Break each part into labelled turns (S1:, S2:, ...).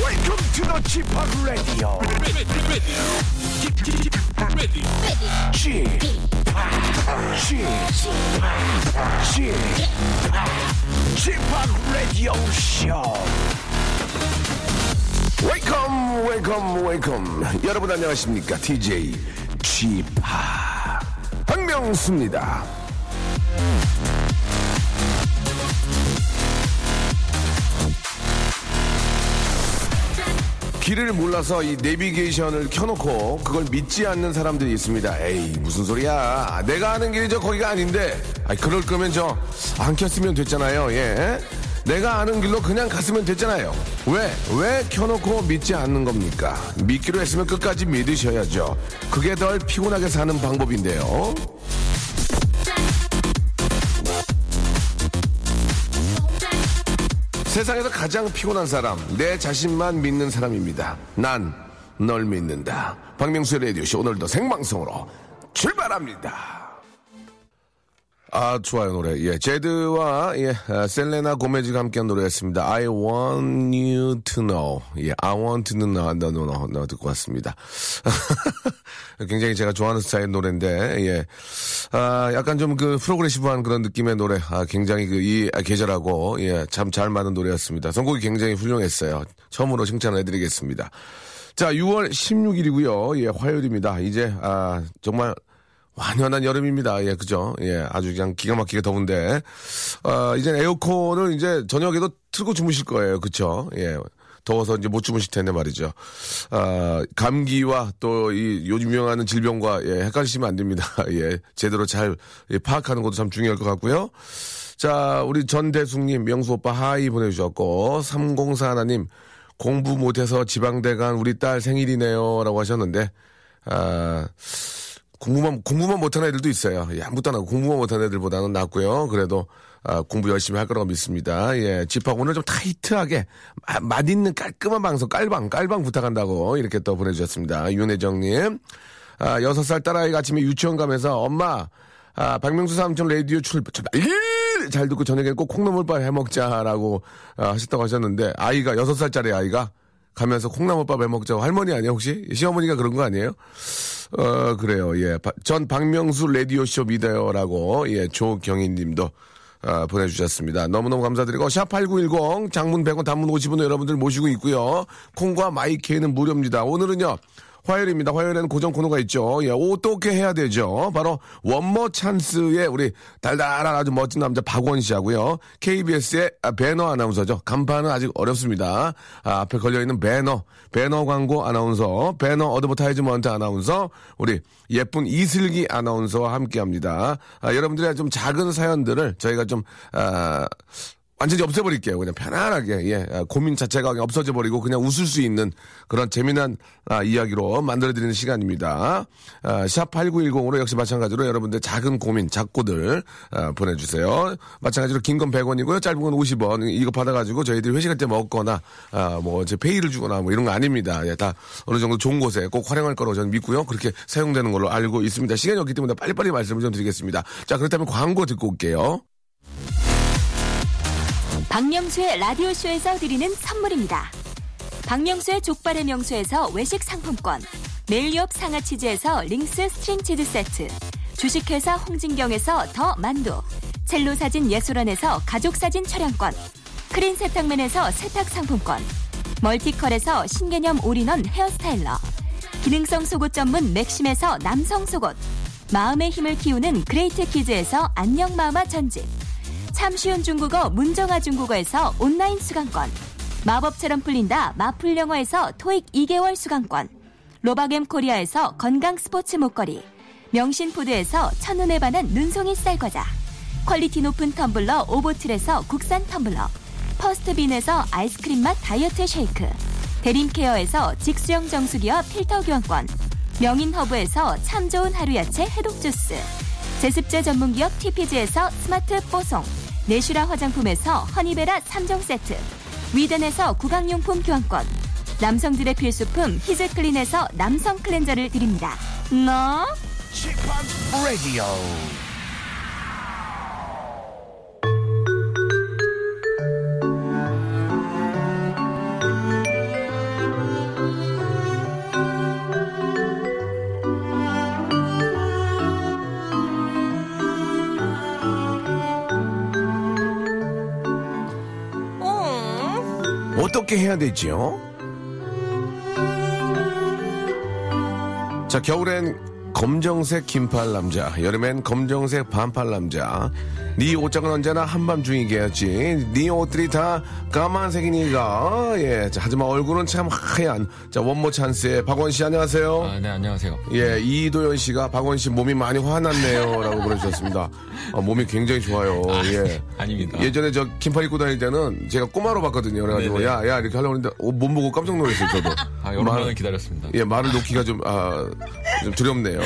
S1: Welcome to the g p o p Radio. g p o p g p o p Radio Show. Welcome, welcome, welcome. 여러분 안녕하십니까? DJ g p o p 박명수입니다. 길을 몰라서 이 내비게이션을 켜놓고 그걸 믿지 않는 사람들이 있습니다. 에이 무슨 소리야? 내가 아는 길이 저 거기가 아닌데. 아 그럴 거면 저 안 켰으면 됐잖아요. 예. 내가 아는 길로 그냥 갔으면 됐잖아요. 왜? 왜 켜놓고 믿지 않는 겁니까? 믿기로 했으면 끝까지 믿으셔야죠. 그게 덜 피곤하게 사는 방법인데요. 세상에서 가장 피곤한 사람, 내 자신만 믿는 사람입니다. 난 널 믿는다. 박명수의 라디오쇼 오늘도 생방송으로 출발합니다. 아, 좋아요, 노래. 예, 제드와, 예, 아, 셀레나 고메즈가 함께한 노래였습니다. I want you to know. 예, I want to know, no, no, no, no, 듣고 왔습니다. 굉장히 제가 좋아하는 스타일 노래인데, 예. 아, 약간 좀 그 프로그레시브한 그런 느낌의 노래. 아, 굉장히 그 이 계절하고, 예, 참 잘 맞는 노래였습니다. 선곡이 굉장히 훌륭했어요. 처음으로 칭찬을 해드리겠습니다. 자, 6월 16일이고요. 예, 화요일입니다. 이제, 아, 정말 완연한 여름입니다. 예, 그죠? 예, 아주 그냥 기가 막히게 더운데. 아, 이제 에어컨을 이제 저녁에도 틀고 주무실 거예요. 그쵸? 예. 더워서 이제 못 주무실 텐데 말이죠. 아, 감기와 또 이 요즘 유행하는 질병과 예, 헷갈리시면 안 됩니다. 예, 제대로 잘 예, 파악하는 것도 참 중요할 것 같고요. 자, 우리 전 대숙님, 명수 오빠 하이 보내주셨고, 304 하나님, 공부 못해서 지방대 간 우리 딸 생일이네요. 라고 하셨는데, 아, 공부만 공부만 못하는 애들도 있어요. 예, 아무것도 안 하고 공부만 못하는 애들보다는 낫고요. 그래도 아, 공부 열심히 할 거라고 믿습니다. 예, 집하고 오늘 좀 타이트하게 마- 맛있는 깔끔한 방송 깔방 깔방 부탁한다고 이렇게 또 보내주셨습니다. 윤혜정님, 아, 여섯 살 딸아이가 아침에 유치원 가면서 엄마 아, 박명수 삼촌 라디오 출발 잘 듣고 저녁에 꼭 콩나물밥 해먹자라고 아, 하셨다고 하셨는데 아이가 여섯 살짜리 아이가 가면서 콩나물밥 해먹자고 할머니 아니야 혹시 시어머니가 그런 거 아니에요? 어, 그래요. 예. 바- 전 박명수 라디오쇼 믿어요라고, 예, 조경인 님도, 아, 보내주셨습니다. 너무너무 감사드리고, 샵8910, 장문 100원, 단문 50원 여러분들 모시고 있고요. 콩과 마이케이는 무료입니다. 오늘은요, 화요일입니다. 화요일에는 고정 코너가 있죠. 예, 어떻게 해야 되죠? 바로, 원머 찬스의 우리 달달한 아주 멋진 남자 박원 씨하고요. KBS의 배너 아나운서죠. 간판은 아직 어렵습니다. 아, 앞에 걸려있는 배너, 배너 광고 아나운서, 배너 어드버타이즈먼트 아나운서, 우리 예쁜 이슬기 아나운서와 함께 합니다. 아, 여러분들의 좀 작은 사연들을 저희가 좀, 아, 완전히 없애버릴게요. 그냥 편안하게, 예, 아, 고민 자체가 그냥 없어져버리고 그냥 웃을 수 있는 그런 재미난 아, 이야기로 만들어드리는 시간입니다. 아, 샵8910으로 역시 마찬가지로 여러분들 작은 고민, 작고들 아, 보내주세요. 마찬가지로 긴 건 100원이고요. 짧은 건 50원. 이거 받아가지고 저희들이 회식할 때 먹거나, 아, 뭐, 제 페이를 주거나 뭐 이런 거 아닙니다. 예, 다 어느 정도 좋은 곳에 꼭 활용할 거라고 저는 믿고요. 그렇게 사용되는 걸로 알고 있습니다. 시간이 없기 때문에 빨리빨리 말씀을 좀 드리겠습니다. 자, 그렇다면 광고 듣고 올게요.
S2: 박명수의 라디오쇼에서 드리는 선물입니다. 박명수의 족발의 명수에서 외식 상품권, 메일옆 상하치즈에서 링스 스트링치즈 세트, 주식회사 홍진경에서 더 만두, 첼로 사진 예술원에서 가족사진 촬영권, 크린 세탁맨에서 세탁 상품권, 멀티컬에서 신개념 올인원 헤어스타일러, 기능성 속옷 전문 맥심에서 남성 속옷, 마음의 힘을 키우는 그레이트 키즈에서 안녕 마마 전집, 참 쉬운 중국어 문정아 중국어에서 온라인 수강권 마법처럼 풀린다 마풀 영어에서 토익 2개월 수강권 로바겜 코리아에서 건강 스포츠 목걸이 명신푸드에서 첫눈에 반한 눈송이 쌀과자 퀄리티 높은 텀블러 오보틀에서 국산 텀블러 퍼스트빈에서 아이스크림 맛 다이어트 쉐이크 대림케어에서 직수형 정수기와 필터 교환권 명인허브에서 참 좋은 하루 야채 해독 주스 제습제 전문기업 TPG에서 스마트 뽀송, 내슈라 화장품에서 허니베라 3종 세트, 위덴에서 구강용품 교환권, 남성들의 필수품 히즈클린에서 남성 클렌저를 드립니다. 너?
S1: g p o p Radio. 어떻게 해야 되지요? 자, 겨울엔 검정색 긴팔 남자, 여름엔 검정색 반팔 남자. 네 옷장은 언제나 한밤중이겠지. 네 옷들이 다 까만색이니까. 예. 자, 하지만 얼굴은 참 하얀. 자, 원모 찬스의 박원 씨 안녕하세요.
S3: 아, 네, 안녕하세요.
S1: 예, 이도현 씨가 박원 씨 몸이 많이 화났네요라고 보내주셨습니다. 아, 몸이 굉장히 좋아요. 예.
S3: 아닙니다.
S1: 예전에 저 긴팔 입고 다닐 때는 제가 꼬마로 봤거든요. 그래가지고
S3: 네네.
S1: 야, 야 이렇게 하려고 했는데 어, 몸 보고 깜짝 놀랐어요. 저도.
S3: 아, 오랜만에
S1: 말-
S3: 기다렸습니다.
S1: 예, 말을 놓기가 좀, 아, 좀 두렵네요.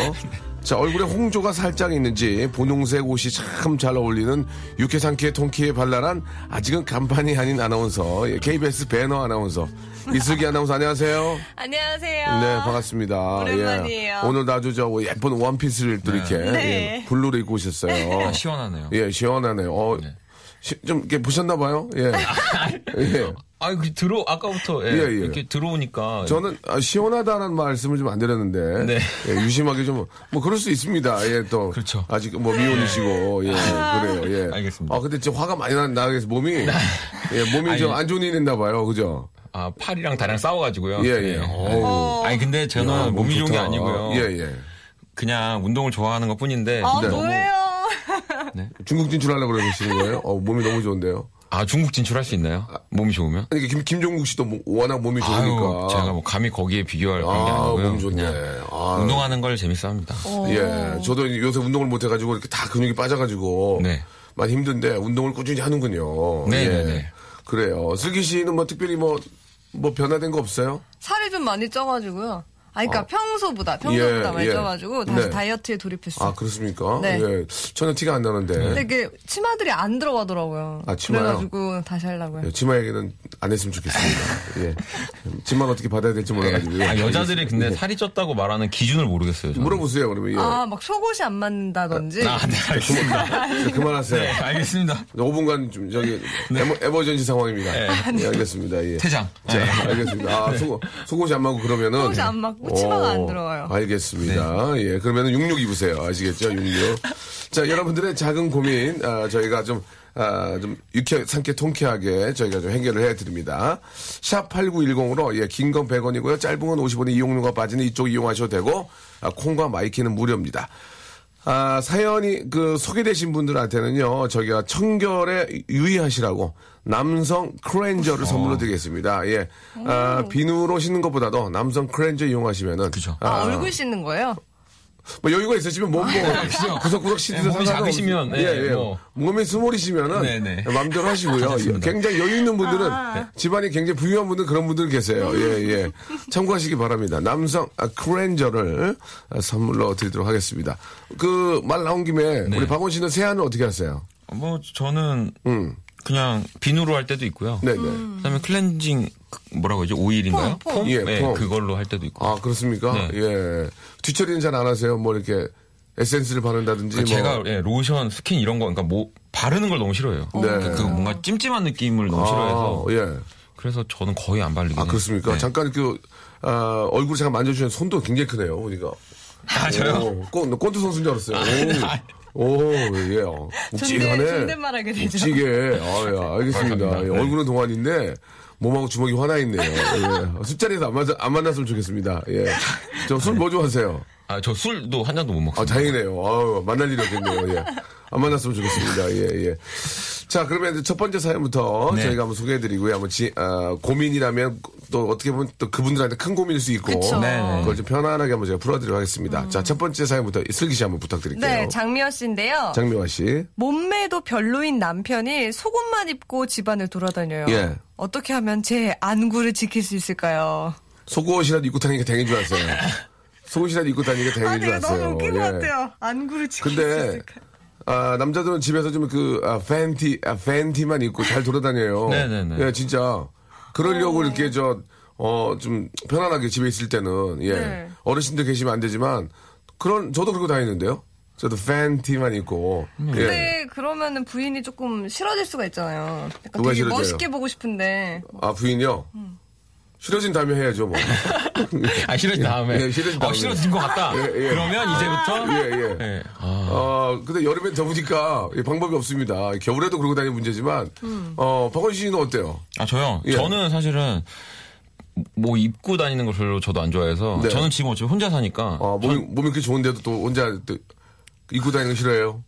S1: 자, 얼굴에 홍조가 살짝 있는지 분홍색 옷이 참 잘 어울리는 육해상키의 통키에 발랄한 아직은 간판이 아닌 아나운서, 예, KBS 배너 아나운서, 이슬기 아나운서 안녕하세요.
S4: 안녕하세요.
S1: 네, 반갑습니다.
S4: 오랜만이에요.
S1: 예. 오늘도 아주 저 예쁜 원피스를 또 이렇게
S4: 네.
S1: 예, 블루로 입고 오셨어요.
S3: 아, 시원하네요.
S1: 예, 시원하네요. 어,
S3: 네.
S1: 시- 좀 이렇게 보셨나 봐요. 예. 예.
S3: 아, 그 들어 아까부터 예,
S1: 예, 예.
S3: 이렇게 들어오니까
S1: 저는 아, 시원하다는 말씀을 좀 안 드렸는데
S3: 네.
S1: 예, 유심하게 좀 뭐 그럴 수 있습니다. 예, 또
S3: 그렇죠. 아.
S1: 아직 뭐 미혼이시고 예, 그래요. 예.
S3: 알겠습니다. 네.
S1: 아 근데 지금 화가 많이 나- 나겠어 몸이 예, 몸이 좀
S3: 아니.
S1: 안 좋은 일 있나 봐요. 그죠?
S3: 아, 팔이랑 다리랑 싸워 가지고요. 네.
S1: 예, 예. 어우.
S3: 아니 근데 저는
S1: 야, 몸
S3: 몸이 좋은 게
S1: 좋다.
S3: 아니고요.
S1: 예, 네. 예.
S3: 그냥 운동을 좋아하는 것뿐인데
S4: 아,
S3: 근데 너무-
S4: 뭐예요?
S1: 중국 진출하려고 그러시는 거예요? 어, 몸이 너무 좋은데요.
S3: 아, 중국 진출할 수 있나요? 몸이 좋으면?
S1: 아니, 김, 김종국 씨도 뭐- 워낙 몸이 좋으니까.
S3: 아유, 제가 뭐 감히 거기에 비교할 그런 게
S1: 그러니까. 아,
S3: 아니고요.
S1: 몸 좋네.
S3: 그냥
S1: 아,
S3: 운동하는 걸 재밌어 합니다.
S1: 예. 저도 요새 운동을 못해가지고 이렇게 다 근육이 빠져가지고.
S3: 네.
S1: 많이 힘든데 운동을 꾸준히 하는군요.
S3: 네,
S1: 예.
S3: 네, 네.
S1: 그래요. 슬기 씨는 뭐 특별히 뭐, 뭐 변화된 거 없어요?
S4: 살이 좀 많이 쪄가지고요. 아, 그러니까 평소보다 평소보다
S1: 예,
S4: 많이
S1: 예.
S4: 쪄가지고 다시
S1: 네.
S4: 다이어트에 돌입했어요.
S1: 아, 그렇습니까?
S4: 네.
S1: 예. 전혀 티가 안 나는데.
S4: 근데 이게 치마들이 안 들어가더라고요.
S1: 아, 치마요?
S4: 그래가지고 다시 하려고요.
S1: 예, 치마 얘기는 안 했으면 좋겠습니다. 예. 치마는 어떻게 받아야 될지 몰라가지고.
S3: 아, 여자들이 근데
S1: 예.
S3: 살이 쪘다고 말하는 기준을 모르겠어요. 저는.
S1: 물어보세요, 그러면. 예.
S4: 아, 막 속옷이 안 맞는다든지.
S3: 아, 네, 알겠습니다.
S1: 자, 그만하세요.
S3: 네, 알겠습니다.
S1: 5분간 좀 저기 에머, 전시 상황입니다.
S4: 아, 네.
S1: 예, 알겠습니다. 예.
S3: 네. 퇴장.
S1: 자,
S3: 아, 예.
S1: 알겠습니다. 아, 속옷, 속옷이 안 맞고 그러면은.
S4: 속옷이 안 맞고 치마가 안 들어가요.
S1: 알겠습니다. 예, 그러면은 66 입으세요. 아시겠죠? 66. 자, 여러분들의 작은 고민, 아, 저희가 좀, 아, 좀 유쾌, 상쾌, 통쾌하게 저희가 좀 해결을 해드립니다. 샵8910으로, 예, 긴 건 100원이고요. 짧은 건 50원이 이용료가 빠지는 이쪽 이용하셔도 되고, 아, 콩과 마이키는 무료입니다. 아, 사연이 그 소개되신 분들한테는요, 저희가 청결에 유의하시라고 남성 크렌저를
S3: 아.
S1: 선물로 드리겠습니다. 예. 아, 비누로 씻는 것보다도 남성 크렌저 이용하시면은.
S3: 그죠.
S4: 아, 얼굴 씻는 거예요?
S1: 뭐 여유가 있으시면 몸 뭐,
S3: 아, 그죠.
S1: 구석구석 씻으세요.
S3: 예, 몸이
S1: 상관없-
S3: 작으시면,
S1: 예,
S3: 예,
S1: 예.
S3: 뭐.
S1: 몸이 스몰이시면은.
S3: 네, 네.
S1: 마음대로 하시고요. 예,
S3: 괜찮습니다.
S1: 굉장히 여유 있는 분들은 집안이 굉장히 부유한 분들 그런 분들 계세요. 예, 예. 참고하시기 바랍니다. 남성 아, 크렌저를 아, 선물로 드리도록 하겠습니다. 그 말 나온 김에
S3: 네.
S1: 우리 박원 씨는 세안을 어떻게 하세요?
S3: 뭐 저는
S1: 음.
S3: 그냥 비누로 할 때도 있고요.
S1: 네, 네.
S3: 그다음에 클렌징 그- 뭐라고 하죠? 오일인가요?
S4: 폼, 폼.
S1: 예,
S3: 네,
S1: 폼.
S3: 그걸로 할 때도 있고.
S1: 아, 그렇습니까?
S3: 네.
S1: 예. 뒤처리는 잘 안 하세요? 뭐 이렇게 에센스를 바른다든지 뭐.
S3: 제가 예, 로션, 스킨 이런 거, 그러니까 뭐 바르는 걸 너무 싫어해요. 그러니까 그 뭔가 찜찜한 느낌을 너무 싫어해서
S1: 네. 아, 예.
S3: 그래서 저는 거의 안 바르긴
S1: 아,
S3: 해요.
S1: 그렇습니까?
S3: 네.
S1: 잠깐 그, 아, 얼굴 제가 만져주신 손도 굉장히 크네요, 보니까.
S3: 아, 저요? 아, 네.
S1: 오, 꼰, 꼰트 선수인 줄 알았어요. 오, 오, 예. 어, 묵직하네.
S4: 존댓- 존댓말하게 되죠.
S1: 묵직해. 아, 예, 알겠습니다. 예,
S3: 네. 감사합니다.
S1: 얼굴은 동안인데, 몸하고 주먹이 화나 있네요. 예. 술자리에서 안, 만나, 안 만났으면 좋겠습니다. 예. 저 술 뭐 좋아하세요?
S3: 아, 저 술도 한 잔도 못
S1: 아,
S3: 먹습니다.
S1: 다행이네요. 아유, 만날 일이 없겠네요. 예. 안 만났으면 좋겠습니다. 예, 예. 자, 그러면 이제 첫 번째 사연부터
S3: 네.
S1: 저희가 한번 소개해드리고요. 한번 지, 아, 고민이라면 또 어떻게 보면 또 그분들한테 큰 고민일 수 있고.
S4: 그쵸. 네,
S3: 네.
S1: 그걸 좀 편안하게 한번 제가 풀어드리도록 하겠습니다. 자, 첫 번째 사연부터 슬기 씨 한번 부탁드릴게요.
S4: 네, 장미화 씨인데요.
S1: 장미화 씨.
S4: 몸매도 별로인 남편이 속옷만 입고 집안을 돌아다녀요.
S1: 예.
S4: 어떻게 하면 제 안구를 지킬 수 있을까요?
S1: 속옷이라도 입고 다니니까 다행인 줄 알았어요. 속옷이라도 입고 다니니까
S4: 아,
S1: 다행인 줄
S4: 내가
S1: 알았어요.
S4: 너무 웃긴
S1: 네, 예.
S4: 것 같아요. 안구를 지킬 수
S1: 근데
S4: 있을까요?
S1: 아, 남자들은 집에서 좀 그 팬티 아, 팬티만 입고 잘 돌아다녀요.
S3: 네네네.
S1: 예, 진짜 그러려고 이렇게 저어좀 편안하게 집에 있을 때는 예
S4: 네.
S1: 어르신들 계시면 안 되지만 그런 저도 그러고 다니는데요. 저도 팬티만 입고
S3: 네.
S1: 예.
S4: 근데 그러면은 부인이 조금 싫어질 수가 있잖아요. 약간
S1: 누가
S4: 되게
S1: 싫어져요?
S4: 멋있게 보고 싶은데
S1: 아 부인요. 싫어진 다음에 해야죠, 뭐.
S3: 아, 싫어진 다음에.
S1: 예, 싫어진
S3: 어,
S1: 다음에.
S3: 싫어진 것 같다.
S1: 예, 예.
S3: 그러면 이제부터.
S1: 예, 예.
S3: 예. 아,
S1: 어, 근데 여름엔 더우니까 이 방법이 없습니다. 겨울에도 그러고 다니는 문제지만,
S4: 음.
S1: 어, 박원 씨는 어때요?
S3: 아, 저요?
S1: 예.
S3: 저는 사실은 뭐 입고 다니는 걸 별로 저도 안 좋아해서
S1: 네.
S3: 저는 지금 어차피 혼자 사니까
S1: 어, 몸이, 몸이 그렇게 좋은데도 또 혼자 또 입고 다니는 거 싫어해요?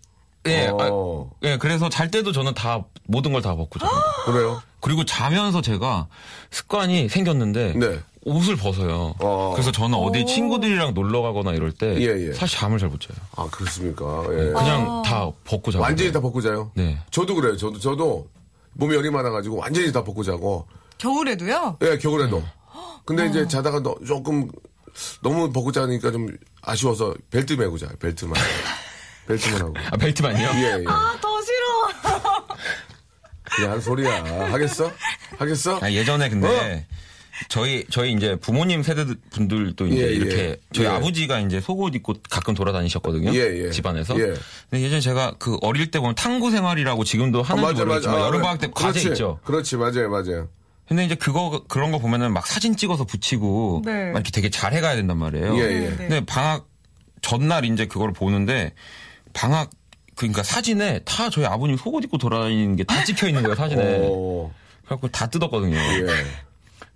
S3: 예,
S1: 어.
S3: 아, 예, 그래서 잘 때도 저는 다 모든 걸 다 벗고 자요.
S1: 그래요?
S3: 그리고 자면서 제가 습관이 생겼는데
S1: 네.
S3: 옷을 벗어요.
S1: 어.
S3: 그래서 저는 어디 친구들이랑 놀러 가거나 이럴 때
S1: 예, 예.
S3: 사실 잠을 잘 못 자요.
S1: 아, 그렇습니까? 예.
S3: 음, 그냥 다 벗고 자고.
S1: 완전히 다 벗고 자요?
S3: 네.
S1: 저도 그래요. 저도, 저도 몸이 열이 많아가지고 완전히 다 벗고 자고,
S4: 겨울에도요?
S1: 예,
S3: 네.
S1: 겨울에도. 근데 이제 자다가 너- 조금 너무 벗고 자니까 좀 아쉬워서 벨트 메고 자요. 벨트만. 벨트만 하고.
S3: 아, 벨트만요?
S1: 예, 예.
S4: 아, 더 싫어.
S1: 그냥 한 소리야. 하겠어? 하겠어?
S3: 아, 예전에 근데 저희 저희 이제 부모님 세대 분들도 이제
S1: 예, 예.
S3: 이렇게 저희
S1: 예.
S3: 아버지가 이제 속옷 입고 가끔 돌아다니셨거든요.
S1: 예, 예.
S3: 집안에서.
S1: 예.
S3: 근데 예전에 제가 그 어릴 때 보면 탐구 생활이라고 지금도
S1: 아,
S3: 하는지 모르겠지만
S1: 아,
S3: 여름
S1: 네.
S3: 방학 때 과제
S1: 그렇지.
S3: 있죠.
S1: 그렇지, 맞아요, 맞아요.
S3: 근데 이제 그거 그런 거 보면은 막 사진 찍어서 붙이고
S4: 네.
S3: 막 이렇게 되게 잘 해가야 된단 말이에요.
S1: 예, 예.
S4: 네.
S3: 근데 방학 전날 이제 그걸 보는데 방학 그러니까 사진에 다 저희 아버님 속옷 입고 돌아다니는 게 다 찍혀 있는 거예요 사진에.
S1: 오,
S3: 그래갖고 다 뜯었거든요.
S1: 어. 예,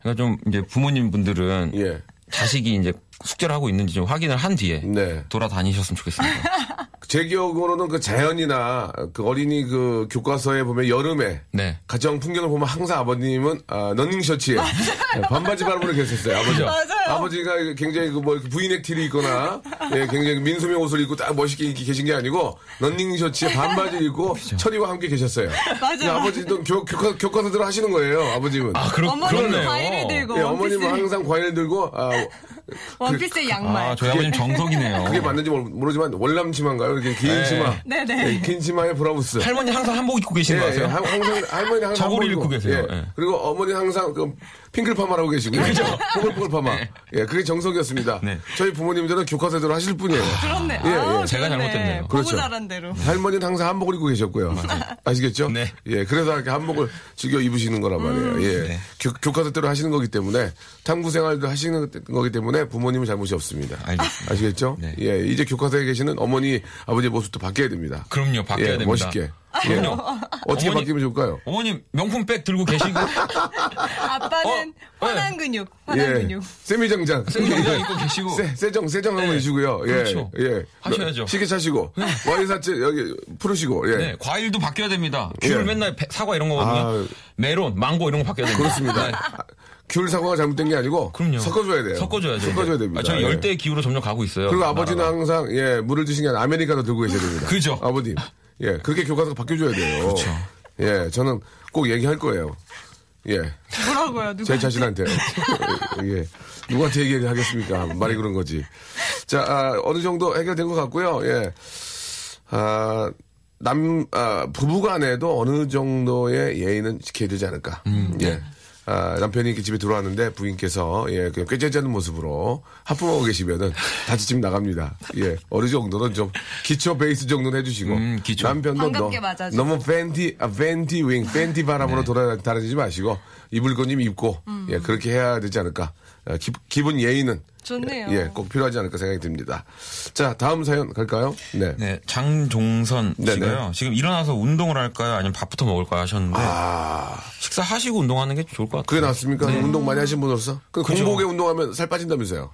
S3: 그러니까 좀 이제 부모님 분들은
S1: 예.
S3: 자식이 이제 숙제를 하고 있는지 좀 확인을 한 뒤에
S1: 네.
S3: 돌아다니셨으면 좋겠습니다.
S1: 제 기억으로는 그 자연이나 그 어린이 그 교과서에 보면 여름에
S3: 네.
S1: 가정 풍경을 보면 항상 아버님은 아, 러닝 셔츠에 반바지 바람으로 계셨어요. 아버지.
S4: 맞아요.
S1: 아버지가 굉장히 그뭐 부인넥 티를 입거나 예, 굉장히 민소매 옷을 입고 딱 멋있게 입고 계신 게 아니고 러닝 셔츠에 반바지를 입고
S3: 그렇죠.
S1: 철이와 함께 계셨어요.
S4: 맞아요.
S1: 근데 아버지도 교, 교과, 교과서대로 하시는 거예요. 아버님은.
S3: 아, 그렇,
S4: 엄마는
S3: 그렇네요.
S4: 과일을 들고
S1: 예,
S4: 원피스,
S1: 어머님은 항상 과일 들고 아,
S4: 원피스 양말.
S3: 아, 저희 아버님 정석이네요.
S1: 그게 맞는지 모르- 모르지만 월남 치마인가요? 이렇게 긴
S3: 네.
S1: 치마.
S4: 네네.
S1: 예, 긴 치마에 브라우스.
S3: 할머니 항상 한복 입고 계신
S1: 예,
S3: 거
S1: 예,
S3: 아세요?
S1: 할- 항상 할머니 항상
S3: 저고리
S1: 한복
S3: 입고 계세요. 예.
S1: 그리고 어머니 항상 그 핑클 파마라고 계시고 그죠? 뽀글뽀글 파마. 예, 그게 정석이었습니다.
S3: 네.
S1: 저희 부모님들은 교과서대로 하실 분이에요.
S4: 그렇네.
S1: 예,
S4: 아우,
S1: 예.
S3: 제가
S4: 그렇네.
S3: 잘못했네요.
S4: 보고
S1: 그렇죠.
S4: 자란 대로.
S1: 할머니는 항상 한복을 입고 계셨고요. 아시겠죠?
S3: 네. 음,
S1: 예, 그래서 이렇게 한복을 즐겨 입으시는 거란 말이에요. 예.
S3: 네.
S1: 교, 교과서대로 하시는 거기 때문에 탐구 생활도 하시는 거기 때문에 부모님은 잘못이 없습니다.
S3: 알겠습니다.
S1: 아시겠죠?
S3: 네.
S1: 예, 이제 교과서에 계시는 어머니, 아버지의 모습도 바뀌어야 됩니다.
S3: 그럼요, 바뀌어야
S1: 예,
S3: 됩니다.
S1: 멋있게. 예.
S3: 그럼요.
S1: 어떻게
S3: 어머니-
S1: 바뀌면 좋을까요?
S3: 어머님 명품백 들고 계시고
S4: 아빠는
S1: 예.
S3: 어,
S4: 화난 근육, 화난 근육.
S1: 세미장장.
S3: 생경장 입고 계시고
S1: 세, 세정, 세정 한번
S3: 네.
S1: 해주고요. 예.
S3: 그렇죠.
S1: 예.
S3: 하셔야죠.
S1: 시계 차시고, 와이사츠 여기 푸르시고, 예.
S3: 네, 과일도 바뀌어야 됩니다. 귤
S1: 예.
S3: 맨날 배- 사과 이런 거거든요.
S1: 아.
S3: 메론, 망고 이런 거 바뀌어야 됩니다.
S1: 그렇습니다.
S3: 네,
S1: 아, 귤 사과가 잘못된 게 아니고
S3: 그럼요.
S1: 섞어줘야 돼요.
S3: 섞어줘야죠.
S1: 섞어줘야 됩니다.
S3: 아, 저희
S1: 예.
S3: 열대 기후로 점점 가고 있어요.
S1: 그리고 아버지는 항상 예 물을 드신 게 아니라 아메리카노 들고 계셔야 됩니다.
S3: 그죠.
S1: 아버님 예 그렇게 교과서가 바뀌어줘야 돼요. 그렇죠. 예 저는 꼭 얘기할 거예요. 예.
S4: 뭐라고요? 누구?
S1: 제 자신한테. 예. 누구한테 얘기를 하겠습니까? 말이 그런 거지. 자, 아, 어느 정도 해결된 것 같고요. 예. 아, 남, 아, 부부 간에도 어느 정도의 예의는 지켜야 되지 않을까. 예. 아, 남편이 이렇게 집에 들어왔는데 부인께서 예, 그냥 꾀죄지 않는 모습으로 하품하고 계시면은 다시 집 나갑니다. 예. 어느 정도는 좀 기초 베이스 정도는 해주시고.
S3: 음, 기초.
S1: 남편도 너,
S4: 반갑게 맞아주고.
S1: 너무 팬티, 아, 팬티 윙, 팬티
S4: 네.
S1: 바람으로 돌아다니지 마시고, 입을 건님 입고,
S4: 음.
S1: 예, 그렇게 해야 되지 않을까. 아, 기, 기본 예의는.
S4: 좋네요.
S1: 예, 꼭 필요하지 않을까 생각이 듭니다. 자, 다음 사연 갈까요? 네.
S3: 네, 장종선
S1: 네네.
S3: 씨가요. 지금 일어나서 운동을 할까요? 아니면 밥부터 먹을까요? 하셨는데
S1: 아,
S3: 식사하시고 운동하는 게 좋을 것 같아요.
S1: 그게 낫습니까? 운동 많이 하신 분으로서? 네. 그 공복에 운동하면 살 빠진다면서요?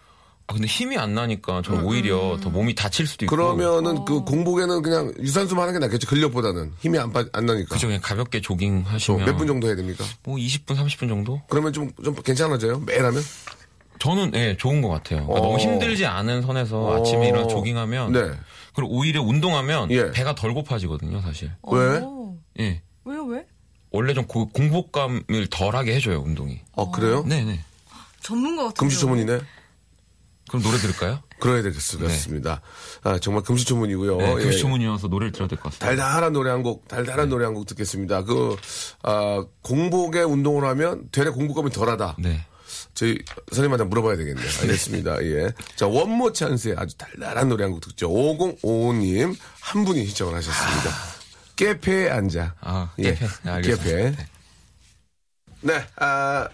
S3: 아, 근데 힘이 안 나니까 저는 오히려 더 몸이 다칠 수도 있고.
S1: 그러면은 그 공복에는 그냥 유산소만 하는 게 낫겠죠. 근력보다는. 힘이 안, 빠, 안 나니까.
S3: 그죠 그냥 가볍게 조깅 하시면
S1: 몇 분 정도 해야 됩니까?
S3: 뭐 20분 30분 정도?
S1: 그러면 좀, 좀 괜찮아져요? 매일 하면?
S3: 저는 예 좋은 것 같아요. 그러니까
S1: 어.
S3: 너무 힘들지 않은 선에서
S1: 어.
S3: 아침에 일어나 조깅하면
S1: 네.
S3: 그리고 오히려 운동하면
S1: 예.
S3: 배가 덜 고파지거든요 사실.
S1: 왜?
S4: 오.
S3: 예
S4: 어, 왜요, 왜?
S3: 원래 좀 고- 공복감을 덜하게 해줘요 운동이.
S1: 어, 그래요?
S3: 네네.
S4: 전문가 같은데.
S1: 금시초문이네?
S3: 그럼 노래 들을까요?
S1: 그래야 되겠습니다. 아, 정말 금시초문이고요.
S3: 네,
S1: 예.
S3: 교시문이어서 노래를 들어야 될 것 같습니다.
S1: 네. 달달한 노래 한 곡, 달달한 노래 한 곡 듣겠습니다. 그, 아, 공복에 운동을 하면 되레 공복감이 덜하다.
S3: 네.
S1: 저희 선생님한테 물어봐야 되겠네요. 알겠습니다. 예. 자, 원모 찬스의 아주 달달한 노래 한 곡 듣죠. 5055님, 한 분이 신청을 하셨습니다. 깨페에 앉아. 예.
S3: 네. 아, 깨페. 네, 알겠습니다.
S1: 깨페. 네, 아,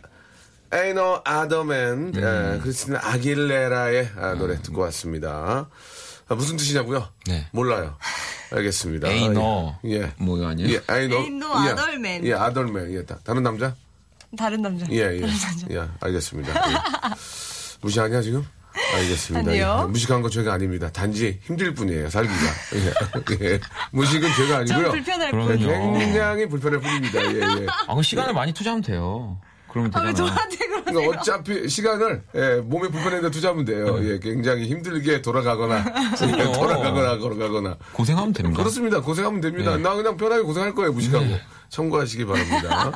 S1: 에이노 아더맨,
S3: 음.
S1: 예, 크리스틴 아길레라의 아, 노래 듣고 왔습니다. 아, 무슨 뜻이냐고요?
S3: 네.
S1: 몰라요. 알겠습니다.
S3: 에이너.
S1: 예. 예.
S3: 뭐 이거 아니에요?
S1: 예, 에이노.
S4: 에이노
S1: 예.
S4: 아덜맨.
S1: 예, 아덜맨. 예, 다, 다른 남자?
S4: 다른 남자.
S1: 예, 예.
S4: 다른 남자.
S1: 예, 알겠습니다. 예. 무시하냐, 지금? 알겠습니다.
S4: 아니요.
S1: 예. 무식한 건 죄가 아닙니다. 단지 힘들 뿐이에요, 살기가. 예. 예. 무식은 죄가
S4: 좀
S1: 아니고요.
S4: 불편할
S3: 그러면-
S4: 뿐.
S1: 굉장히 불편할 뿐입니다. 예, 예.
S3: 아, 그 시간을 많이 투자하면 돼요. 그러면
S4: 아, 왜
S3: 되잖아.
S4: 저한테 그러세요?
S1: 네. 그러니까 어차피 시간을 예, 몸에 불편했는데 투자하면 돼요. 예, 굉장히 힘들게 돌아가거나 예,
S3: 그럼요.
S1: 돌아가거나 걸어가거나
S3: 고생하면 됩니다.
S1: 그렇습니다. 고생하면 됩니다.
S3: 네.
S1: 나 그냥 편하게 고생할 거예요. 무식하고 참고하시기 바랍니다.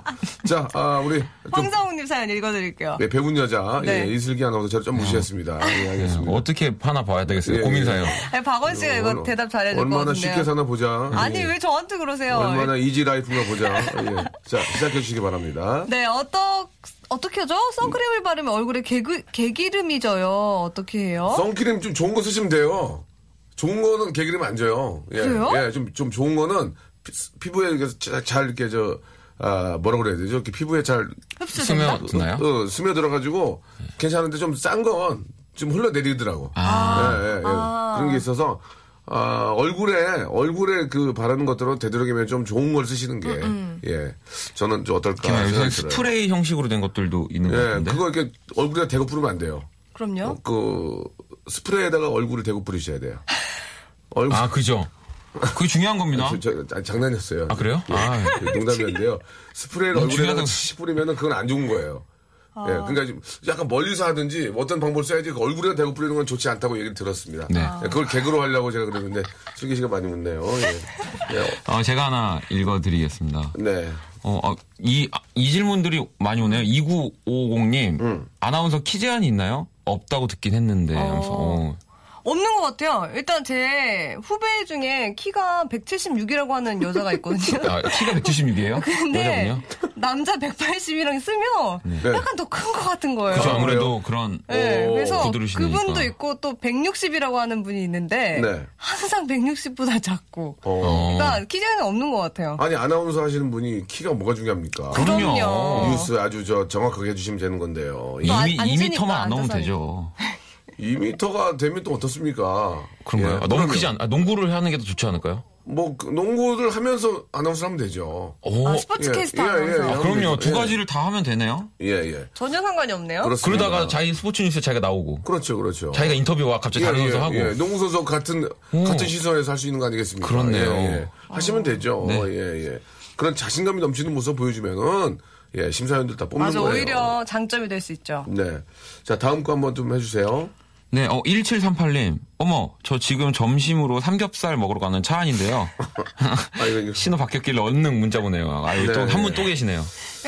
S1: 자, 아, 우리 좀,
S4: 황정우님 사연 읽어드릴게요.
S1: 예, 배운 여자
S4: 네.
S1: 예, 이슬기 아나운서 저를 좀 무시했습니다. 예,
S3: 예,
S1: 알겠습니다.
S3: 어떻게 파나 봐야 되겠어요.
S1: 예,
S3: 고민사요.
S4: 아니, 박원 씨가 이거
S1: 얼마-
S4: 대답 잘해줄 것
S1: 얼마나
S4: 같은데요.
S1: 쉽게 사나 보자.
S4: 아니
S1: 예.
S4: 왜 저한테 그러세요?
S1: 얼마나 이지 라이프인가 보자. 예. 자, 시작해 주시기 바랍니다.
S4: 네 어떡 어떻게 하죠? 선크림을 바르면 얼굴에 개그, 개기름이 져요. 어떻게 해요?
S1: 선크림 좀 좋은 거 쓰시면 돼요. 좋은 거는 개기름 안 져요. 예.
S4: 그래요?
S1: 예, 좀, 좀 좋은 거는 피, 부에 이렇게 자- 잘 이렇게 저, 아, 뭐라 그래야 되죠? 이렇게 피부에 잘,
S4: 흡수된다?
S3: 쓰면 나요?
S1: 어, 스며들어가지고 괜찮은데 좀 싼 건 좀 흘러내리더라고.
S3: 아.
S1: 예, 예, 예. 그런 게 있어서, 아, 얼굴에, 얼굴에 그 바르는 것들은 되도록이면 좀 좋은 걸 쓰시는 게, 예. 저는 좀 어떨까.
S3: 그냥 요새
S1: 생각이 들어요.
S3: 스프레이 형식으로 된 것들도 있는 것
S1: 아, 예,
S3: 같은데.
S1: 그거 이렇게 얼굴에 대고 뿌리면 안 돼요.
S4: 그럼요.
S3: 어.
S1: 그 스프레이에다가 얼굴을 대고 뿌리셔야 돼요. 얼굴
S3: 아, 그죠. 그게 중요한 겁니다.
S1: 저, 저, 아, 장난이었어요.
S3: 아, 그래요? 아,
S1: 그 농담이었는데요. 스프레이를
S3: 너무
S1: 얼굴에다가
S3: 중요하다고.
S1: 치 뿌리면은 그건 안 좋은 거예요. 예, 그러니까 좀 약간 멀리서 하든지 어떤 방법을 써야지 그 얼굴에 대고 뿌리는 건 좋지 않다고 얘기를 들었습니다.
S3: 네.
S1: 예, 그걸 개그로 하려고 제가 그랬는데 슬기 씨가 많이 웃네요. 예. 예, 어,
S3: 어, 제가 하나 읽어드리겠습니다.
S1: 네.
S3: 어, 아, 이, 아, 이 질문들이 많이 오네요. 2950님, 아나운서 키 제한이 있나요? 없다고 듣긴 했는데, 하면서, 어.
S4: 없는 것 같아요. 일단 제 후배 중에 키가 176이라고 하는 여자가 있거든요.
S3: 아, 키가 176이에요?
S4: 근데
S3: 여자분요?
S1: 아,
S4: 남자 180이랑 쓰면
S1: 네.
S4: 약간 더 큰 것 같은 거예요.
S3: 그죠,
S1: 아,
S3: 그렇죠. 아무래도 그런.
S4: 네,
S1: 오,
S4: 그래서
S3: 구두르시니까.
S4: 그분도 있고 또 160이라고 하는 분이 있는데
S1: 네.
S4: 항상 160보다 작고
S1: 어.
S3: 어.
S4: 그러니까 키자는 없는 것 같아요.
S1: 아니 아나운서 하시는 분이 키가 뭐가 중요합니까?
S3: 그럼요.
S4: 그럼요.
S1: 뉴스 아주 저 정확하게 해주시면 되는 건데요. 이-
S4: 안-
S3: 2미,
S4: 안 쓰니까
S3: 2미터만 안
S4: 안
S3: 넘으면
S4: 떠서요.
S3: 되죠.
S1: 2미터가 되면 또 어떻습니까?
S3: 그런가요?
S1: 예,
S3: 아, 너무
S1: 그럼요.
S3: 크지 않, 아, 농구를 하는 게 더 좋지 않을까요?
S1: 뭐 그, 농구를 하면서 아나운서를 하면 되죠.
S3: 오,
S4: 아, 스포츠
S1: 예,
S4: 캐스터
S1: 예, 예,
S4: 아나운서.
S1: 예.
S3: 아, 어, 그럼요.
S1: 예.
S3: 두 가지를 다 하면 되네요.
S1: 예, 예.
S4: 전혀 상관이 없네요.
S1: 그렇습니다.
S3: 그러다가 자기 스포츠 뉴스에 자기가 나오고,
S1: 그렇죠, 그렇죠.
S3: 자기가 인터뷰와 갑자기
S1: 예,
S3: 다른 선수 하고. 음.
S1: 농구 선수 같은 같은 시선에서 할 수 있는 거 아니겠습니까?
S3: 그렇네요. 네.
S1: 예, 예.
S4: 아.
S1: 하시면 되죠. 예, 예. 그런 자신감이 넘치는 모습 보여주면은 예, 심사위원들 다 뽑는
S4: 맞아
S1: 거예요.
S4: 오히려 장점이 될 수 있죠.
S1: 네. 자, 다음 거 한번 좀 해주세요.
S3: 네, 어, 1738님. 어머, 저 지금 점심으로 삼겹살 먹으러 가는 차 안인데요.
S1: 아, 이거, 이거.
S3: 신호 바뀌었길래 얼른 문자 보내요. 아, 여기 또,
S1: 네.
S3: 한 분 또 계시네요.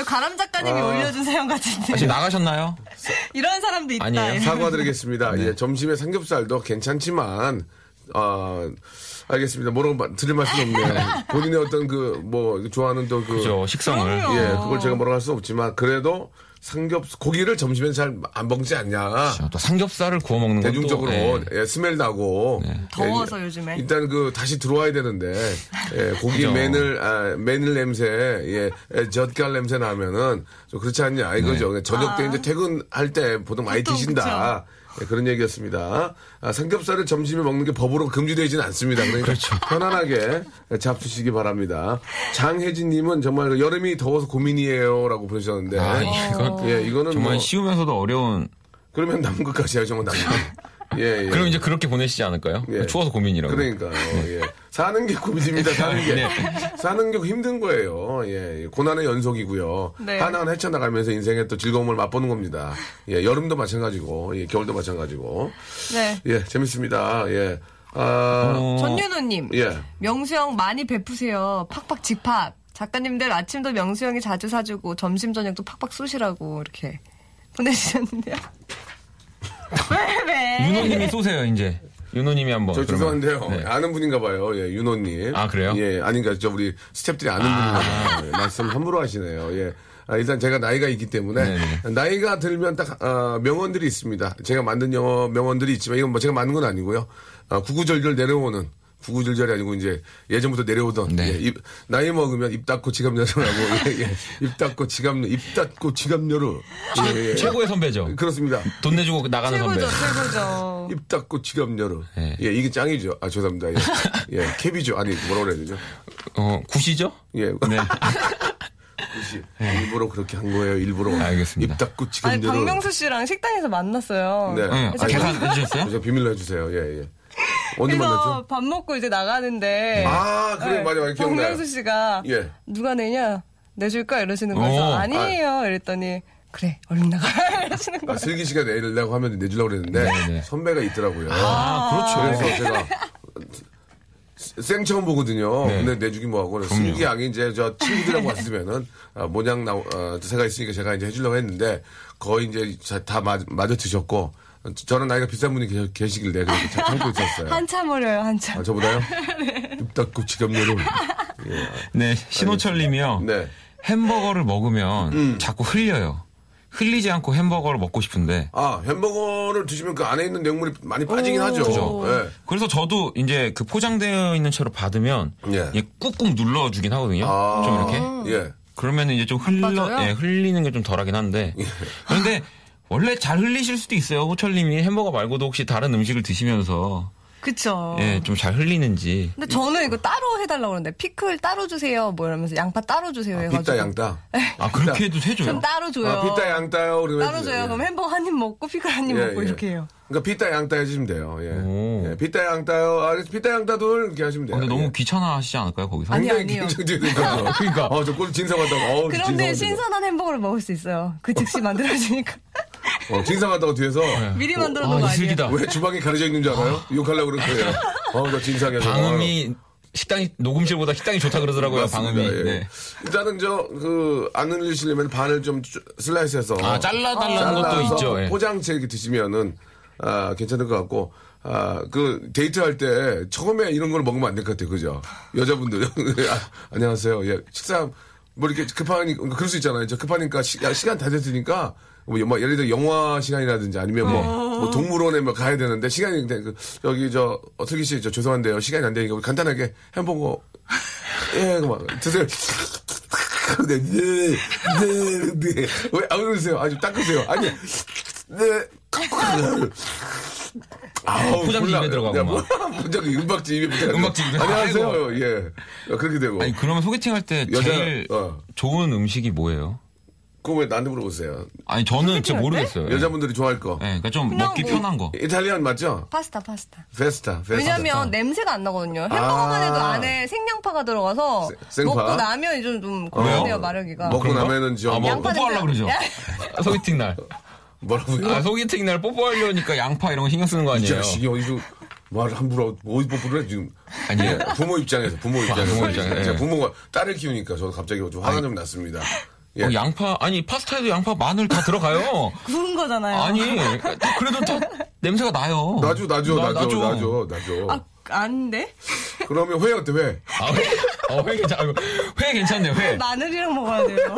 S4: 가람 작가님이
S1: 아.
S4: 올려준 사연
S3: 아,
S4: 같은데
S3: 지금 나가셨나요?
S4: 이런 사람도 있다.
S3: 아니에요?
S4: 이런.
S1: 사과드리겠습니다.
S3: 네.
S1: 예, 점심에 삼겹살도 괜찮지만, 아, 알겠습니다. 뭐라고 마- 드릴 말씀이 없네요. 본인의 어떤 그, 뭐, 좋아하는 또 그.
S3: 그죠, 식성을.
S4: 그럼요.
S1: 예, 그걸 제가 뭐라고 할 수는 없지만, 그래도 삼겹, 고기를 점심엔 잘 안 먹지 않냐.
S3: 자, 또 삼겹살을 구워 먹는 것도. 네.
S1: 대중적으로
S3: 예.
S1: 예, 스멜 나고
S4: 더워서
S1: 예,
S4: 요즘에.
S1: 일단 그 다시 들어와야 되는데 예, 고기
S3: 그죠.
S1: 매늘 아, 매늘 냄새 예, 예, 젓갈 냄새 나면은 좀 그렇지 않냐 아, 이거죠
S3: 네.
S1: 저녁 때 이제 퇴근할 때 보통 많이
S4: 아. 보통
S1: 드신다 예, 그런 얘기였습니다 아, 삼겹살을 점심에 먹는 게 법으로 금지되지는 않습니다 그러니까
S3: 그렇죠.
S1: 편안하게 잡수시기 바랍니다 장혜진님은 정말 그 여름이 더워서 고민이에요라고 보내주셨는데
S3: 아, 이건
S1: 네.
S4: 어.
S1: 예 이거는
S3: 정말
S1: 뭐,
S3: 쉬우면서도 어려운.
S1: 그러면 남은 것까지 해야죠 뭐 남은 거. 예, 예.
S3: 그럼 이제 그렇게 보내시지 않을까요?
S1: 예.
S3: 추워서 고민이라고.
S1: 그러니까요. 예. 사는 게 고민입니다. 사는 게 사는 게 힘든 거예요. 예. 고난의 연속이고요.
S4: 네.
S1: 하나하나 헤쳐나가면서 인생의 또 즐거움을 맛보는 겁니다. 예. 여름도 마찬가지고, 예. 겨울도 마찬가지고.
S4: 네.
S1: 예. 재밌습니다. 예. 아,
S3: 어,
S4: 전윤호님.
S1: 예.
S4: 명수형 많이 베푸세요. 팍팍 집합. 작가님들 아침도 명수형이 자주 사주고 점심 저녁도 팍팍 쏘시라고 이렇게 보내주셨는데요. 왜 왜?
S3: 윤호님이 쏘세요, 이제. 윤호님이 한번.
S1: 저
S3: 그러면.
S1: 죄송한데요.
S3: 네.
S1: 아는 분인가 봐요. 예, 윤호님.
S3: 아, 그래요?
S1: 예, 아닌가. 저 우리 스탭들이 아는 분인가 봐요. 예, 말씀 함부로 하시네요. 예. 아, 일단 제가 나이가 있기 때문에
S3: 네네.
S1: 나이가 들면 딱 아, 명언들이 있습니다. 제가 만든 영어 명언들이 있지만 이건 뭐 제가 만든 건 아니고요. 아, 구구절절 내려오는 구구절절이 아니고 이제 예전부터 내려오던
S3: 네.
S1: 예, 입- 나이 먹으면 입 닫고 지갑 열어라고 예, 예. 입 닫고 지갑 열- 입 닫고 지갑 열어 예, 예.
S3: 최고의 선배죠.
S1: 그렇습니다.
S3: 돈 내주고 나가는 선배.
S4: 최고죠, 최고죠.
S1: 입 닫고 지갑 열어
S3: 예.
S1: 예 이게 짱이죠. 아 죄송합니다. 예, 예 캡이죠. 아니 뭐라 그래야 되죠?
S3: 어, 굿이죠?
S1: 예.
S3: 네.
S4: 아.
S1: 그것이 일부러 그렇게 한 거예요. 일부러
S3: 알겠습니다.
S1: 입 닫고 지갑
S4: 아니
S1: 열어
S4: 박명수 씨랑 식당에서 만났어요.
S1: 네.
S3: 응.
S1: 아니,
S3: 계산해 주셨어요?
S1: 저 비밀로 해주세요. 예, 예. 언제 만났죠?
S4: 그래서 밥 먹고 이제 나가는데
S1: 아, 그래, 맞아, 맞아. 기억나요.
S4: 네. 박명수 씨가
S1: 예. 누가
S4: 누가 내냐 내줄까 이러시는 거예요.
S3: 오.
S4: 아니에요 이랬더니 그래 얼른 나가 이러시는
S1: 아,
S4: 거예요.
S1: 슬기 씨가 내려고 하면 내주려고 그랬는데
S3: 네.
S1: 선배가 있더라고요.
S3: 아, 그렇죠.
S4: 네.
S1: 그래서 제가 생 처음 보거든요.
S3: 네.
S1: 근데 내주긴 뭐하고 슬기 양이 이제 저 친구들하고 왔으면은 아, 모양 나 어, 새가 있으니까 제가 이제 해주려고 했는데 거의 이제 자- 다 마, 맞아 드셨고 저는 나이가 비싼 분이 계셔- 계시길래 그렇게 참- 참고 있었어요.
S4: 한참 네. 어려요 한참.
S1: 아, 저보다요? 입 닫고 지갑 열어. 예.
S3: 네, 신호철 님이요.
S1: 네. 음.
S3: 햄버거를 먹으면 자꾸 흘려요. 흘리지 않고 햄버거를 먹고 싶은데.
S1: 아, 햄버거를 드시면 그 안에 있는 냉물이 많이 빠지긴 하죠.
S3: 그죠.
S1: 예.
S3: 그래서 저도 이제 그 포장되어 있는 채로 받으면
S1: 예.
S3: 이게 꾹꾹 눌러주긴 하거든요.
S1: 아.
S3: 좀 이렇게.
S1: 예.
S3: 그러면 이제 좀 흘러,
S4: 맞아요?
S3: 예, 흘리는 게 좀 덜하긴 한데.
S1: 예.
S3: 그런데 원래 잘 흘리실 수도 있어요. 호철님이 햄버거 말고도 혹시 다른 음식을 드시면서
S4: 그쵸.
S3: 예, 좀 잘 흘리는지.
S4: 근데 저는 이거 따로 해달라고 그러는데 피클 따로 주세요 뭐 이러면서 양파 따로 주세요
S1: 아,
S4: 해가지고.
S1: 빗다 양다.
S3: 아 그렇게 해도 해줘요.
S4: 전 따로 줘요.
S1: 아, 빗다 양다요. 그러면
S4: 따로 줘요.
S1: 예.
S4: 그럼 햄버거 한 입 먹고 피클 한 입
S1: 예,
S4: 먹고
S1: 예.
S4: 뭐 이렇게 해요.
S1: 그러니까 빗다 양다 해주시면 돼요.
S3: 오.
S1: 예. 예. 빗다 양다요. 아, 빗다 양다돌 이렇게 하시면 돼요.
S3: 아, 근데
S1: 예.
S3: 너무 귀찮아하시지 않을까요 거기서?
S4: 아니,
S1: 굉장히
S4: 아니에요.
S1: 긴장되는 거죠.
S3: 그러니까.
S1: 어, 저꼴 진상하다고. 어우, 진상하다고.
S4: 그런데 신선한 햄버거를 먹을 수 있어요. 그 즉시 만들어주니까
S1: 어, 진상하다고 뒤에서.
S4: 미리 만들어 놓은
S3: 아,
S4: 거
S3: 이
S4: 아니에요?
S3: 슬기다.
S1: 왜 주방이 가려져 있는 줄 알아요? 욕하려고 그럴 거예요. 어, 나 진상이야. 저거.
S3: 방음이 식당이 녹음실보다 식당이 좋다 그러더라고요.
S1: 맞습니다.
S3: 방음이.
S1: 예.
S3: 네.
S1: 일단은 저 그 안 흘리시려면 반을 좀 쭈- 슬라이스해서
S3: 아 잘라달라는 것도
S1: 어. 잘라서
S3: 있죠. 예.
S1: 포장채 이렇게 드시면은 아 괜찮을 것 같고 아 그 데이트할 때 처음에 이런 걸 먹으면 안 될 것 같아요. 그죠? 여자분들 아, 안녕하세요. 예 식사 뭐 이렇게 급하니까 그럴 수 있잖아요. 저 급하니까 시, 간다 됐으니까. 뭐, 여- 뭐 예를 들어 영화 시간이라든지 아니면 뭐,
S3: 어.
S1: 뭐 동물원에 뭐 가야 되는데 시간이 그, 여기 저 어슬기 씨저 죄송한데요 시간이 안 되니까 간단하게 햄버거 예, 막 드세요. 네, 네, 네, 네. 왜, 안 그러세요? 아니, 좀 닦으세요. 아니, 네. 아우,
S3: 포장지
S1: 몰라.
S3: 입에 들어가고
S1: 야,
S3: 막.
S1: 뭐야, 포장지, 음박지 입에 들어가.
S3: 음박지 입에
S1: 안녕하세요. 예. 야, 그렇게 되고.
S3: 아니 그러면 소개팅 할 때
S1: 여자-
S3: 제일
S1: 어.
S3: 좋은 음식이 뭐예요?
S1: 그거 왜 나한테 물어보세요?
S3: 아니 저는 진짜
S4: 할 때?
S3: 모르겠어요. 예.
S1: 여자분들이 좋아할 거.
S3: 예, 그러니까 좀
S4: 그냥
S3: 먹기
S4: 뭐-
S3: 편한 거.
S1: 이탈리안 맞죠?
S4: 파스타 파스타.
S1: 페스타, 페스타.
S4: 왜냐면 냄새가 안 나거든요. 햄버거만 해도
S3: 아.
S4: 안에 생양파가 들어가서
S1: 생- 생파?
S4: 먹고 나면 이제 좀
S3: 아,
S4: 고민돼요 마르기가.
S1: 먹고
S3: 그런가?
S1: 나면은 저
S3: 아, 뭐
S1: 양파
S3: 뽀뽀하려고 그러죠.
S4: 냄새.
S3: 소개팅 날.
S1: 뭐라고요?
S3: 아, 소개팅 날 뽀뽀하려니까 양파 이런 거 신경 쓰는 거
S1: 이
S3: 아니에요?
S1: 자식이 어디서 말을 함부로, 어디 뽀뽀를 해, 지금.
S3: 아니에요. 어,
S1: 예, 부모 입장에서 부모 입장에서
S3: 부모 입장에서,
S1: 제가
S3: 예.
S1: 부모가 딸을 키우니까 저도 갑자기 좀 화가 좀 났습니다. 예.
S3: 어, 양파 아니 파스타에도 양파 마늘 다 들어가요.
S4: 구운 거잖아요.
S3: 아니 그래도 다 냄새가 나요.
S1: 나죠, 나죠,
S3: 나-
S1: 나죠, 나죠, 나죠.
S4: 아, 아닌데?
S1: 그러면 회 어때 회?
S3: 아, 회, 어, 회 괜찮, 아이고, 회 괜찮네요.
S4: 아,
S3: 회.
S4: 마늘이랑 먹어야 돼요.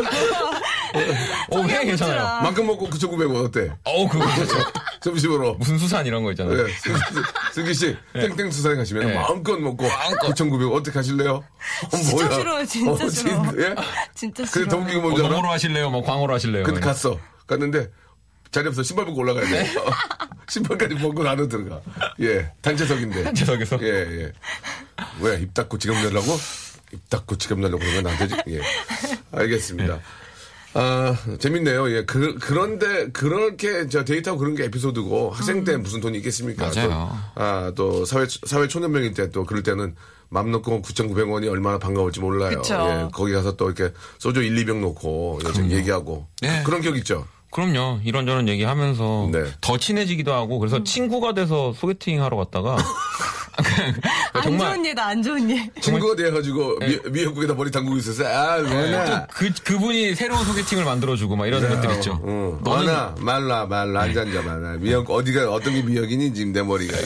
S3: 어, 회 괜찮아요.
S4: 고추랑.
S1: 만큼 먹고 9,900원 어때?
S3: 어우 그거 괜찮죠.
S1: 점심으로.
S3: 무슨 수산 이런 거 있잖아요.
S1: 예, 슬- 슬- 슬기 씨, 땡땡 수산에 가시면
S3: 예.
S1: 마음껏 먹고
S3: 마음껏.
S1: 9,900원 어떻게 하실래요? 어,
S4: 진짜
S1: 뭐야.
S4: 싫어요, 진짜
S1: 어,
S4: 싫어.
S1: 진- 예?
S4: 진짜
S1: 근데
S4: 싫어.
S1: 더 웃긴 게
S3: 뭐
S1: 뭔지 알아?
S3: 동어로 하실래요? 뭐 광어로 하실래요?
S1: 근데 갔어. 갔는데 자리 없어. 신발 벗고 올라가야 돼. 신발까지 벗고 안으로 들어가. 예. 단체석인데.
S3: 단체석에서?
S1: 예, 예. 왜? 입 닫고 지갑 내려고? 입 닫고 지갑 내려고 그러면 안 되지? 예. 알겠습니다. 아, 재밌네요. 예. 그, 그런데, 그렇게, 저 데이트하고 그런 게 에피소드고, 학생 때 무슨 돈이 있겠습니까?
S3: 음. 맞아요.
S1: 또, 아, 또, 사회, 사회 초년병일 때 또, 그럴 때는, 맘 놓고 9,900원이 얼마나 반가울지 몰라요.
S4: 그쵸.
S1: 예. 거기 가서 또 이렇게 소주 1, 2병 놓고, 예, 좀 얘기하고.
S3: 네.
S1: 그런 기억 있죠?
S3: 그럼요. 이런저런 얘기하면서
S1: 네.
S3: 더 친해지기도 하고 그래서
S4: 음.
S3: 친구가 돼서 소개팅 하러 갔다가 그러니까
S4: 안
S3: 정말
S4: 좋은 예다, 안 좋은 예.
S1: 친구가 돼가지고 미- 미역국에다 머리 담그고 있었어요. 아, 원아.
S3: 또그 그분이 새로운 소개팅을 네. 만들어주고 어. 막 이런 것들 있죠.
S1: 응.
S3: 너는
S1: 원아, 말라, 말라, 앉아, 앉아, 말라. 미역, 어디가, 어떤 게 미역이니, 지금 내 머리가.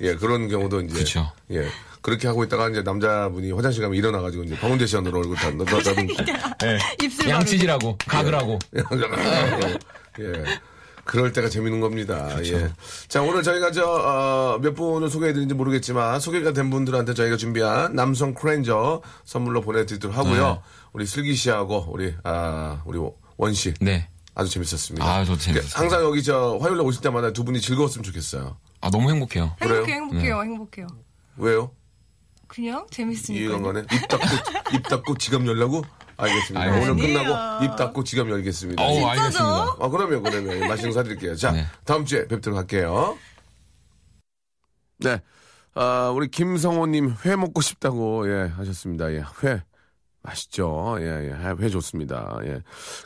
S1: 예, 그런 경우도 이제.
S3: 그쵸.
S1: 예. 그렇게 하고 있다가 이제 남자분이 화장실 가면 일어나가지고 이제 방문대시한으로 얼굴 다 넣다
S3: 예.
S4: 입술
S3: 양치질하고 가글하고
S1: 예. 그럴 때가 재밌는 겁니다.
S3: 그렇죠.
S1: 예. 자, 오늘 저희가 저, 어, 몇 분을 소개해드린지 모르겠지만, 소개가 된 분들한테 저희가 준비한 남성 크렌저 선물로 보내드리도록 하고요.
S3: 네.
S1: 우리 슬기 씨하고, 우리, 아, 우리 원 씨.
S3: 네.
S1: 아주 재밌었습니다.
S3: 아, 저도 재밌었어요.
S1: 그, 항상 여기 저, 화요일에 오실 때마다 두 분이 즐거웠으면 좋겠어요.
S3: 아, 너무 행복해요.
S1: 그래요?
S4: 행복해요, 행복해요, 행복해요.
S1: 왜요?
S4: 그냥 재밌으니까.
S1: 이해간 거네. 입 닫고, 입 닫고 지갑 열라고? 알겠습니다.
S3: 아유.
S1: 오늘
S4: 아니에요.
S1: 끝나고 입 닫고 지갑 열겠습니다.
S3: 어우,
S1: 예.
S3: 알겠습니다.
S1: 아, 그럼요, 그럼요. 예, 맛있는 거 사드릴게요. 자,
S3: 네.
S1: 다음 주에 뵙도록 할게요. 네. 아, 우리 김성호님 회 먹고 싶다고, 예, 하셨습니다. 예, 회. 맛있죠. 예, 예. 회 좋습니다. 예.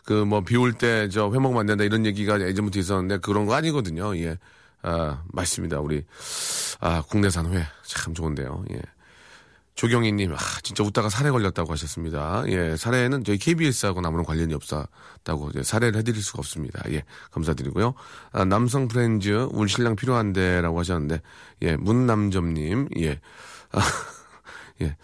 S1: 그, 뭐, 비 올 때 저 회 먹으면 안 된다 이런 얘기가 예전부터 있었는데 그런 거 아니거든요. 예. 아, 맛있습니다. 우리, 아, 국내산 회. 참 좋은데요. 예. 조경희님, 아, 진짜 웃다가 살해 걸렸다고 하셨습니다. 예, 살해는 저희 KBS하고 아무런 관련이 없다고 이제 살해를 해드릴 수가 없습니다. 예, 감사드리고요. 아, 남성 프렌즈, 울 신랑 필요한데라고 하셨는데, 예, 문남점님, 예, 아, 예,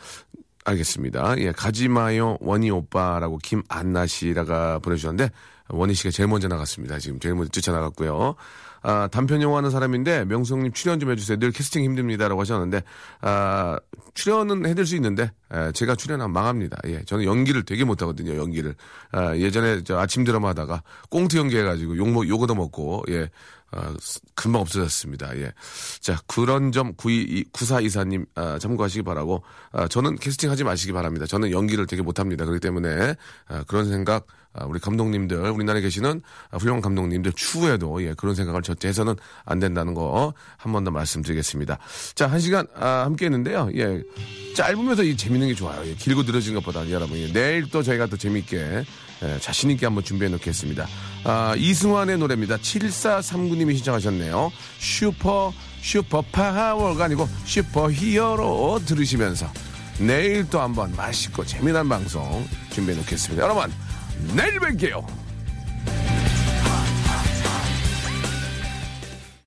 S1: 알겠습니다. 예, 가지마요 원희 오빠라고 김안나 씨라가 보내주셨는데, 원희 씨가 제일 먼저 나갔습니다. 지금 제일 먼저 쫓아나갔고요. 아, 단편 영화 하는 사람인데, 명성님 출연 좀 해주세요. 늘 캐스팅 힘듭니다라고 하셨는데, 아, 출연은 해드릴 수 있는데, 에, 제가 출연하면 망합니다. 예, 저는 연기를 되게 못하거든요, 연기를. 아, 예전에 저 아침 드라마 하다가 꽁트 연기해가지고 욕, 욕 얻어먹고, 예, 아, 스- 금방 없어졌습니다. 예. 자, 그런 점 92, 9424님 아, 참고하시기 바라고 아, 저는 캐스팅하지 마시기 바랍니다. 저는 연기를 되게 못합니다. 그렇기 때문에 아, 그런 생각 아, 우리 감독님들 우리나라에 계시는 아, 훌륭한 감독님들 추후에도 예, 그런 생각을 절대 해서는 안 된다는 거 한 번 더 말씀드리겠습니다. 자, 한 시간 아, 함께 했는데요. 예, 짧으면서 이 재밌는 게 좋아요. 예, 길고 늘어진 것보다 여러분 예, 내일 또 저희가 더 재밌게 예, 자신 있게 한번 준비해 놓겠습니다. 아, 이승환의 노래입니다. 7439님이 신청하셨네요. 슈퍼 슈퍼 파워가 아니고 슈퍼 히어로 들으시면서 내일 또 한번 맛있고 재미난 방송 준비해 놓겠습니다. 여러분 내일 뵐게요.